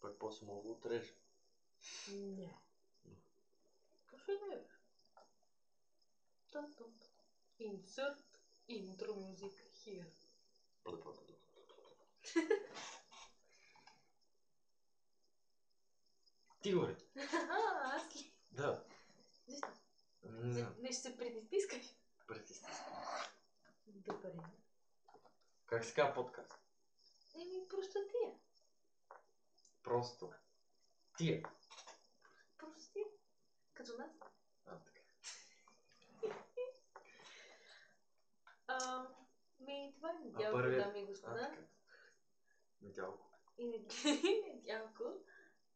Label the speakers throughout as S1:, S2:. S1: Пък после мога да отреже.
S2: Не. Какво ще да е? Тънтън. Insert intro music here.
S1: Ти говори.
S2: А, аз ли?
S1: Да.
S2: Не,
S1: Не знам.
S2: не ще се притискай.
S1: Притисни.
S2: Добре.
S1: Как се казва подкаст?
S2: Еми, простотия.
S1: Просто. е. Тия.
S2: Простотия. Като нас.
S1: А, така.
S2: А, ми, това е
S1: А
S2: недялко,
S1: първият-
S2: дами и
S1: А,
S2: господа.
S1: така. Недялко.
S2: И нед- недялко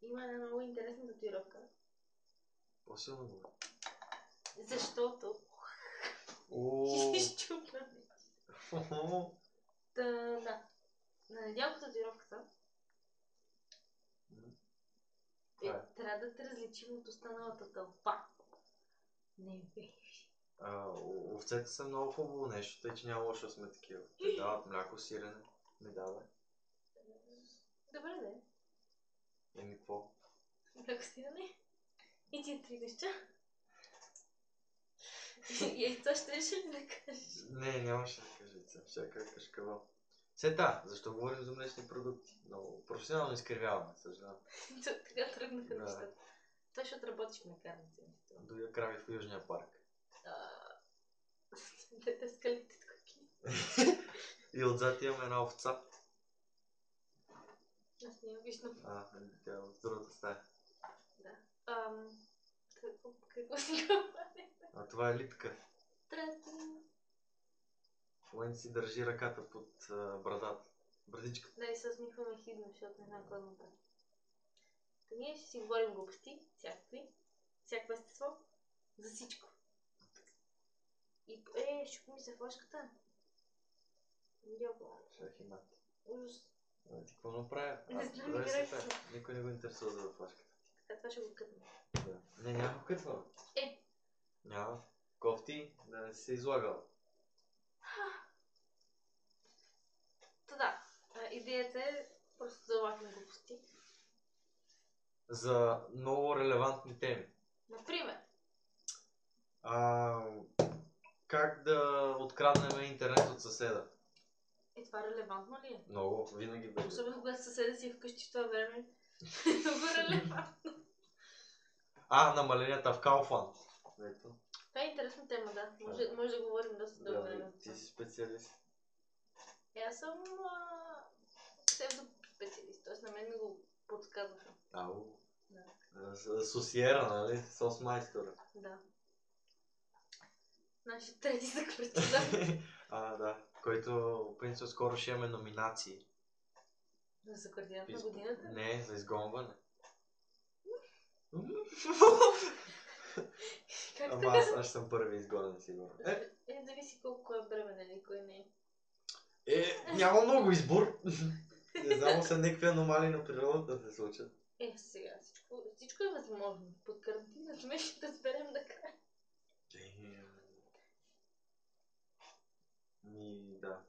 S2: има една много интересна татуировка.
S1: По-силно е. говори.
S2: Защото
S1: О,
S2: изчупна.
S1: хо-хо.
S2: Та, да. На недялко татуировката
S1: М,
S2: е,
S1: Това е.
S2: трябва да те различим от останалата тълпа. Не бе.
S1: А, о- овцете са много хубаво нещо, тъй че няма лошо да сме такива. Те дават мляко, сирене. Не дава.
S2: Добре, да. е.
S1: Еми, какво?
S2: Блякостиране. нали? И ти три неща. Яйца ще реши ли да кажеш?
S1: Не, нямаше да кажа яйца. Всяка е кашкава. Сета, защо говорим за млечни продукти? Много професионално изкривяваме, съжалявам.
S2: То- Така тръгнаха
S1: Да.
S2: нещата. Той ще отработиш в мекарница.
S1: Дойда крави в Южния парк.
S2: Дете скалите такива.
S1: И отзад имаме една овца.
S2: Аз не я виждам.
S1: А, тя е от другата стая.
S2: Ам, Какво, какво си говорим?
S1: А това е литка.
S2: Трето.
S1: В момента си държи ръката под а, брадата. Брадичката.
S2: Да, и се усмихваме хидно, защото не знам кой му прави. Та ние ще си говорим глупости, всякакви, всяко естество, за всичко. И, е, щупи ми се флашката. Дялко,
S1: Шах и мат.
S2: ужас.
S1: А, ти какво направя?
S2: Не
S1: Аз
S2: знам,
S1: добре
S2: играй
S1: се
S2: се.
S1: пее. Никой не го интересува за флашката.
S2: Така, това ще го кътна.
S1: Да. Не, няма кътва.
S2: Е,
S1: Няма. Кофти, да не си се излагал.
S2: та да. А, идеята е просто да лакнем глупости.
S1: За много релевантни теми.
S2: Например,
S1: А, как да откраднем интернет от съседа?
S2: е това релевантно ли е?
S1: Много, винаги бъде.
S2: Особено когато съседа си е вкъщи в това време. Много релевантно.
S1: А, намаленията в Кауфан. Ето.
S2: Това е интересна тема, да. Може, може да говорим доста дълго време.
S1: Да,
S2: за това.
S1: ти си специалист.
S2: Е, аз съм а, псевдоспециалист, т.е. на мен ми го подсказваха.
S1: Ау.
S2: Да.
S1: А, с- Сосиера, нали? Сос майстора.
S2: Да. Наши трети за квартира.
S1: а, да. Който, по принцип, скоро ще имаме номинации.
S2: за квартирата на
S1: Изп-
S2: годината.
S1: Не, за изгонване.
S2: Как
S1: Ама
S2: така?
S1: аз, аз ще съм първи изгонен, сигурно. Е,
S2: Е, зависи колко е бременен или кой не е.
S1: е, няма много избор. Не знам, са някакви аномалии на природата да се случат.
S2: Е, сега всичко, всичко е възможно. Под карантина сме ще разберем накрая.
S1: Е, Ми, да.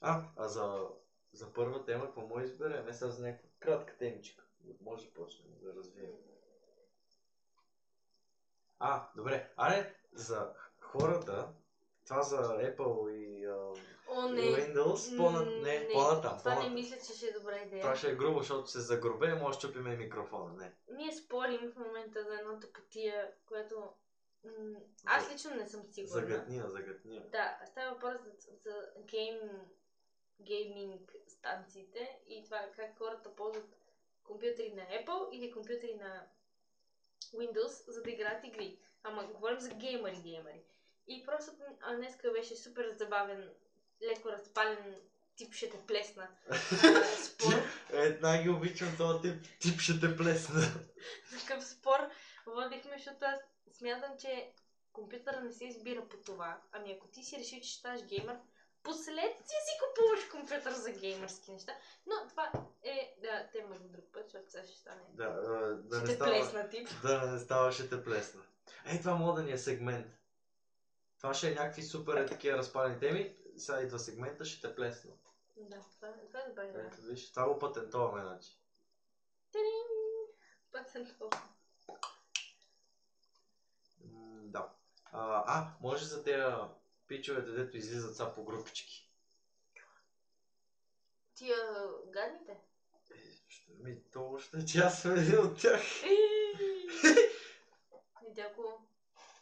S1: А, а за, за първа тема, какво може да изберем? Е, сега за някаква кратка темичка. Може да почнем да развием. А, добре. Аре, за хората, това за Apple и а,
S2: О,
S1: и
S2: не.
S1: Windows, по не, по-натам,
S2: Това не
S1: по-натам.
S2: мисля, че ще е добра идея.
S1: Това ще е грубо, защото се загрубе, може да чупиме и микрофона. Не.
S2: Ние спорим в момента за една тъпотия, която м- аз
S1: За-
S2: лично не съм сигурна.
S1: Загътния, загътния.
S2: Да, става въпрос за, за гейм, гейминг станциите и това е как хората ползват компютъри на Apple или компютъри на Windows, за да играят игри. Ама говорим за геймъри, геймъри. И просто а, днеска беше супер забавен, леко разпален тип ще те плесна. а, спор.
S1: Е, най-ги обичам този тип, тип ще те плесна.
S2: такъв спор водихме, защото аз смятам, че компютъра не се избира по това. Ами ако ти си решил, че ще ставаш геймър, последствие си купуваш компютър за геймърски неща. Но това е да, тема за друг път, защото сега ще стане.
S1: Да, а, да
S2: ще
S1: не
S2: те
S1: става.
S2: плесна тип.
S1: Да не става, ще те плесна. Ей, това мога да ни е сегмент. Това ще е някакви супер е, такива разпалени теми. Сега идва сегмента, ще те плесна.
S2: Да, това, това е добра идея.
S1: Ето, виж, това го патентоваме, значи.
S2: Тирин! Пак съм толкова.
S1: М, да. А, а, може за тези пичовете, дето излизат са по групички.
S2: Тия гадните?
S1: Е, ще ми то още, че аз съм един от тях.
S2: Недяко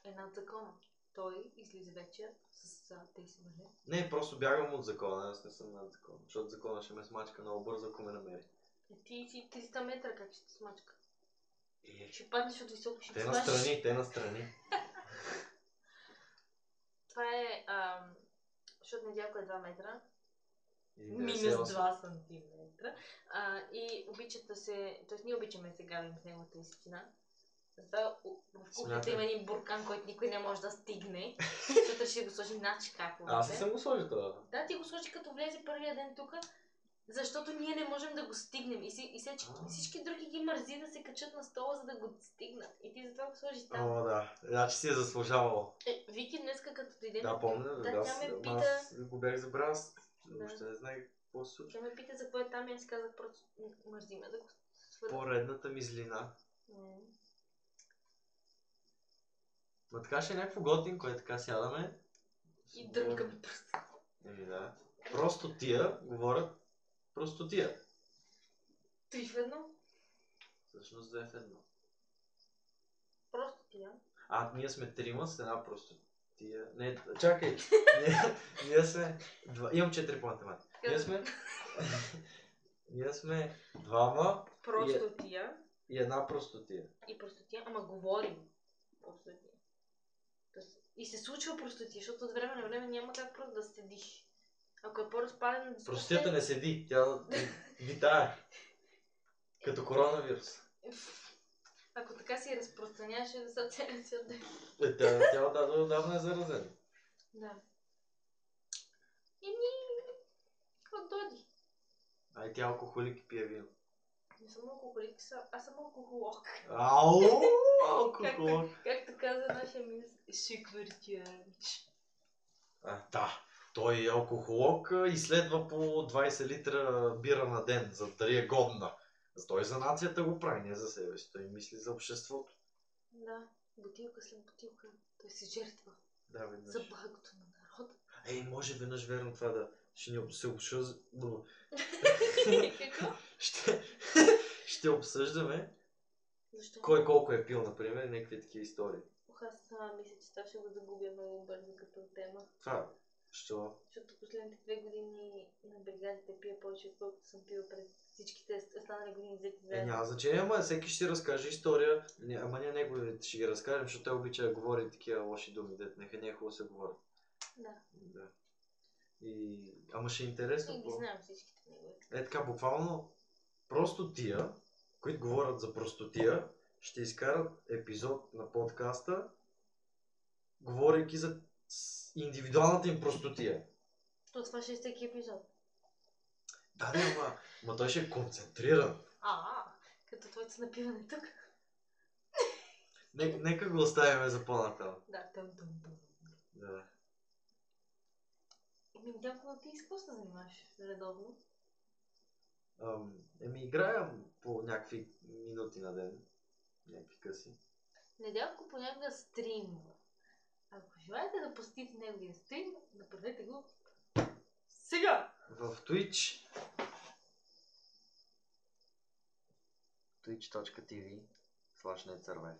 S2: е над закона. Той излиза вечер с а, тези мъже.
S1: Не, просто бягам от закона, аз не съм над закона. Защото закона ще ме смачка много бързо, ако ме намери.
S2: Е, Ти си 300 метра, как ще те смачка?
S1: Е,
S2: Ще паднеш от високо, ще
S1: те
S2: те смачиш.
S1: настрани, те настрани.
S2: Това е, ам, защото Недяко е 2 метра. Минус
S1: 98.
S2: 2 см. А, и обичат да се... Тоест ние обичаме да се гадим с неговата истина. Затова у- в кухнята
S1: Смятай.
S2: има един буркан, който никой не може да стигне. Защото ще го сложи над шкафовете.
S1: Аз не съм го сложил това.
S2: Да, ти го сложи като влезе първия ден тук, защото ние не можем да го стигнем. И, си, и всички,
S1: А.
S2: всички други ги мързи да се качат на стола, за да го стигнат. И ти затова го сложи там.
S1: Ама да, значи си е заслужавал.
S2: Е, Вики днеска като дойде,
S1: Да, помня,
S2: Е, да,
S1: да,
S2: тя
S1: аз,
S2: ме
S1: ама
S2: пита-
S1: аз го бях забрал, аз
S2: Да.
S1: въобще не знаех какво се случва.
S2: тя ме пита за кое там и аз казах просто м, мързи ме да го свърна.
S1: Поредната ми злина. Ма така ще е някакво готин, което така сядаме.
S2: И дрънкаме пръст.
S1: Еми да. Просто тия говорят просто тия.
S2: Три в едно.
S1: Всъщност две в едно.
S2: Просто тия.
S1: А, ние сме трима с една просто тия. Не, чакай. ние, ние сме... Два... Имам четири по математика. Ние сме... ние сме двама
S2: Просто тия
S1: и една просто тия.
S2: и просто тия, ама говорим. Просто тия. Тоест, и се случва просто тия, защото от време на време няма как просто да седиш. Ако е по-разпален...
S1: Простията не седи. Тя витае. Като коронавирус.
S2: Ако така си разпространяваше да са целия свят да...
S1: Е, Тя, тя отдавна отдавна е заразена.
S2: Да. И ни... Какво доди?
S1: А и тя алкохолик и пие вино.
S2: Не съм алкохолик, са- аз съм алкохолог.
S1: Ау! Алкохол!
S2: Както каза нашия мис, шиквартиранч.
S1: А, да. Той е алкохолог а, и следва по 20 литра бира на ден, за да е годна. За той за нацията го прави, не за себе си. Той мисли за обществото.
S2: Да, бутилка след бутилка. Той се жертва
S1: Да,
S2: за
S1: веднъж.
S2: благото на народа.
S1: Ей, може веднъж верно това да ще ни обс- се обсъж... бу-
S2: Какво?
S1: ще... ще обсъждаме
S2: Защо?
S1: кой колко е пил, например, и някакви такива истории.
S2: Ох, аз а, мисля, че това ще го загубя много бързо като тема.
S1: Това, що...
S2: Защото последните две години на бригадите пия повече, отколкото съм пила през всичките останали години взети
S1: Е,
S2: заедно.
S1: няма значение, ама всеки ще си разкаже история. Не, ама ние неговите ще ги разкажем, защото той обича да говори такива лоши думи, дет нека не е хубаво да се говори.
S2: Да.
S1: Да. И... Ама ще е интересно.
S2: И ги
S1: по-
S2: знам всичките негови.
S1: Е така, буквално, простотия, които говорят за простотия, ще изкарат епизод на подкаста, говорейки за с- индивидуалната им простотия.
S2: То това ще е всеки епизод.
S1: Да, да, ама, ма той ще е концентриран.
S2: А, като твоето напиване тук.
S1: Не, нека го оставяме за по-натам.
S2: Да, там, там, там.
S1: Да.
S2: Еми, дявола, ти с какво се занимаваш редовно?
S1: Ам, еми, играя по някакви минути на ден. Някакви къси.
S2: Недялко понякога стримва. Ако желаете да посетите неговия стрим, направете го сега!
S1: в Twitch. twitch.tv slash netsurvive.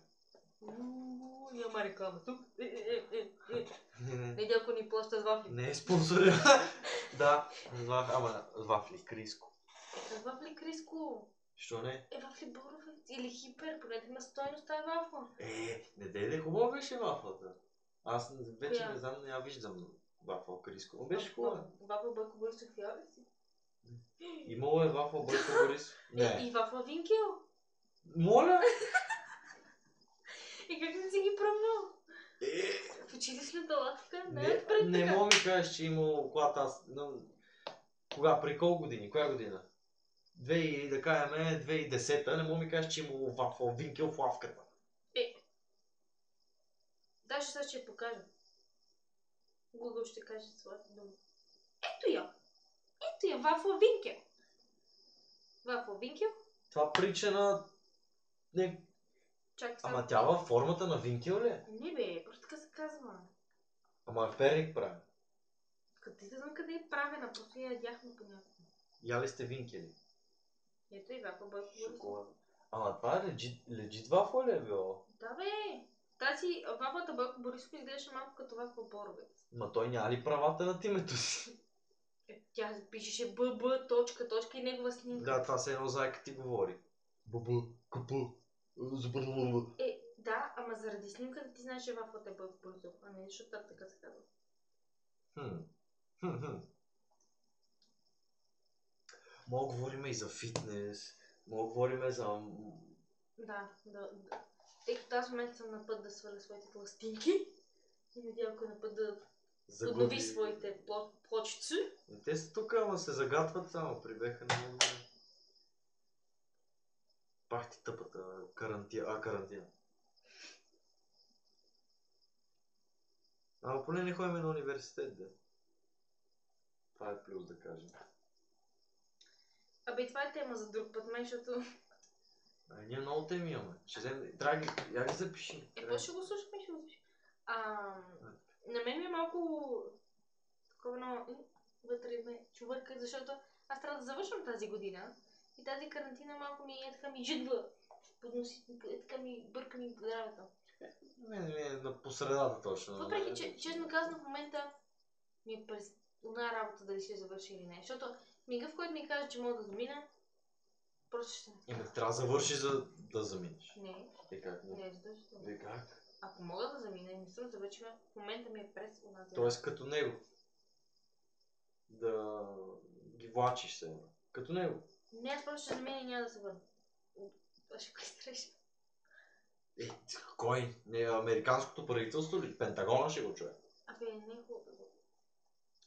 S2: Уу, Няма реклама тук. Е, е, е, е, е. Недялко ни плаща с вафли.
S1: Не е спонсорен. да, с ваф, ама с вафли, криско.
S2: С вафли Криско.
S1: Що не?
S2: Е, вафли Боровец или хипер, поне да има стойност тази вафла.
S1: Е, не дай да хубава беше вафлата. Аз не- вече
S2: Коя?
S1: не знам, не я виждам вафла криско. Но беше хубава.
S2: Вафла Бойко Борисов и Алиси.
S1: Имало е вафла Бойко Борис.
S2: И,
S1: Не.
S2: и вафла Винкел.
S1: Моля?
S2: И как не си ги промнал?
S1: Е,
S2: В очите след ласка, не,
S1: не,
S2: отпред
S1: не
S2: така.
S1: мога ми кажеш, че имало когато аз... но- Кога? При колко години? Коя година? Две и да кажем 2010-та, не мога ми кажеш, че имало вафла, винкел в лавката.
S2: Даже сега ще я покажа. Google ще каже своята дума. Ето я! Ето я, вафла Винкел! Вафла Винкел?
S1: Това прича на Не,
S2: Чакай само.
S1: ама тя във формата на винтил ли? е?
S2: Не бе, просто така се казва.
S1: Ама е перник прави.
S2: Къде да знам къде е правена, просто я ядяхме понякога.
S1: Яли сте винкели.
S2: Ето и вафа Бойко Борисов.
S1: Шоколад. Ама това е легит, легит вафла ли е било?
S2: Да бе, тази вафата Бойко Борисов изглеждаше малко като вафа Боровец.
S1: Ма той няма ли правата над името си?
S2: Е, Тя пишеше ББ, точка, точка и негова снимка.
S1: Да, това се едно зайка ти говори. Бубу, купу, забърбу.
S2: Е, да, ама заради снимката ти знаеш, че вафата е Бойко Борисов, а не защото так- така се казва.
S1: Хм. Хм, хм. Мога да говорим и за фитнес, мога да говорим за... м,
S2: Да, да, да. Тъй като аз в момента съм на път да сваля своите пластинки и надявка е на път да поднови
S1: загуби.
S2: своите пло- плочици.
S1: Те са тук, ама се загатват само, прибеха на мен. Пах ти тъпата карантина. А, карантина. Ама поне не ходим на университет, да. Това е плюс, да кажем.
S2: Абе, и това е тема за друг път, мен, защото...
S1: А, ние много теми имаме. Ще вземем... Драги, я ги запиши.
S2: Е, какво ще го слушаме, ще го слушаме. А, на мен ми е малко... Такова едно... м, Вътре ме чувърка, защото аз трябва да завършвам тази година. И тази карантина малко ми е така ми жидва. Подноси, е така ми бърка ми здравето.
S1: Не, не, на посредата точно. Е,
S2: Въпреки, че честно казано в момента ми е през една работа дали ще завърши или не. Защото мига, в който ми кажа, че мога да замина, просто ще...
S1: Еми, трябва да завърши, за да заминеш.
S2: Не,
S1: Е, как не?
S2: не е задължително.
S1: Е, как?
S2: Ако мога да замина и не съм завършила, в момента ми е през онази
S1: Тоест, като него. Да ги влачиш се. Като него.
S2: Не, аз просто ще замина и няма да се върна. Това ще престреш.
S1: Е, кой? Не, американското правителство ли? Пентагона ще го чуе.
S2: Абе, не е хубаво.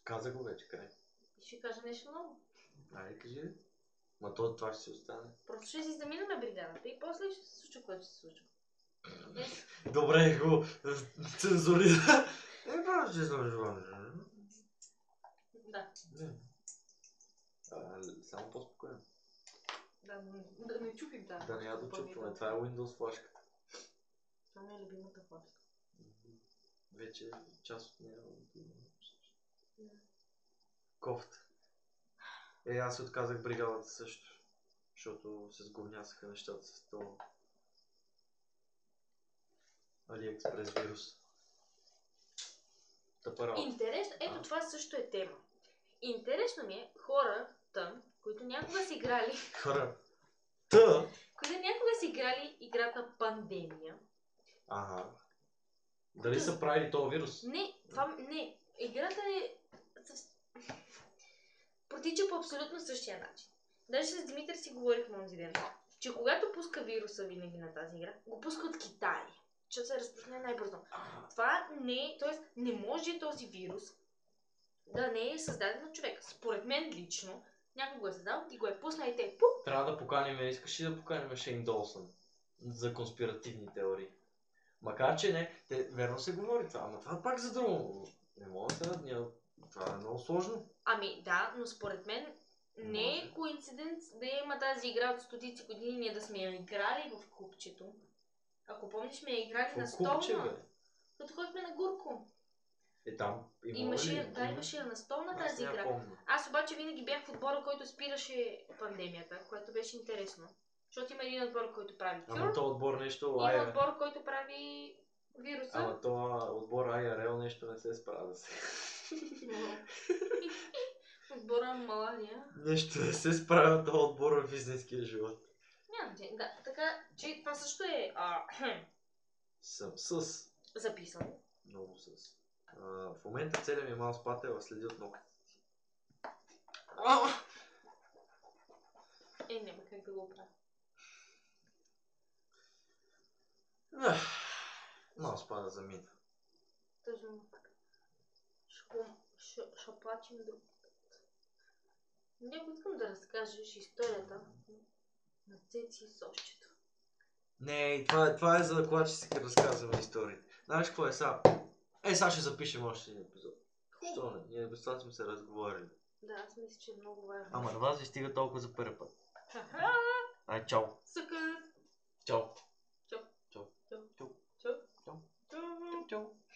S1: Каза го вече, край.
S2: Ще кажа нещо ново.
S1: Айде, кажи. бе. Ма то това ще си остане.
S2: Просто ще си замина на бригадата и после ще се случва, което ще се случва. Е, Днес
S1: Добре, го цензурира. Е, просто ще съм
S2: Да,
S1: Не. А, само по-спокойно.
S2: да, да, да не чупим да.
S1: Да не я дочупваме. Това е Windows флашката.
S2: Това ми е любимата хора.
S1: Вече част от нея. Кофта. Е, аз се отказах бригадата също. Защото се сговнясаха нещата с това. Алиекспрес вирус. Тъпа работа.
S2: Интересно, ето
S1: А.
S2: това също е тема. Интересно ми е хората, които някога са играли,
S1: Хора. Та.
S2: които някога са играли играта Пандемия.
S1: Ага. Дали са правили този вирус?
S2: Не, това, не, играта е... съвс- Протича по абсолютно същия начин. Даже с Димитър си говорихме онзи ден, че когато пуска вируса винаги на тази игра, го пуска от Китай, защото се разпространява най-бързо. Това не, т.е. не може този вирус да не е създаден от човек. Според мен лично, някой го е създал и го е пуснал и те пуп,
S1: Трябва да поканим, искаш ли да поканим Шейн Долсън за конспиративни теории? Макар, че не, те, верно се говори това, ама това пак за друго. Не мога да се надния. Това е много сложно.
S2: Ами да, но според мен не е
S1: Може.
S2: коинциденц да я има тази игра от стотици години, ние да сме я играли в купчето. Ако помниш, сме я играли на
S1: Какво купче,
S2: столна,
S1: бе?
S2: като ходихме на Гурко.
S1: Е, там има
S2: Имаше, я-
S1: ли?
S2: да, имаше я на столна
S1: Аз
S2: тази
S1: не я
S2: игра.
S1: помня.
S2: Аз обаче винаги бях в отбора, който спираше пандемията, което беше интересно. Защото има един отбор, който прави
S1: Ама
S2: кюр,
S1: то отбор нещо,
S2: има
S1: Айя.
S2: отбор, който прави вируса.
S1: Ама то а, отбор IRL нещо не се справя се.
S2: Отбора Малария.
S1: нещо не се справя то отбор е в истинския живот.
S2: Няма значение. Да, така, че това също е а,
S1: Съм с.
S2: записано.
S1: Много с. А, в момента целият ми мал спател следи от ногтите ти.
S2: Е, няма как да го правя.
S1: Да. Мал спада за мина.
S2: Точно така. Ще, го- ще, ще плачем друг път. Някой искам да разкажеш историята на Цеци и Сошчето.
S1: Не, и това, е- това е за това, че си разказваме историите. Знаеш какво е сега? Е, сега ще запишем още един епизод. Що не? Ние без това сме се разговорили.
S2: Да, аз мисля, че е много важно.
S1: Ама на вас ви стига толкова за първи път.
S2: Ха-ха,
S1: Ай, чао!
S2: Съкъс!
S1: Чао!
S2: Чао.
S1: Чао!
S2: Чао.
S1: Чао!
S2: Чао.
S1: Чао.
S2: Чао.
S1: Чао!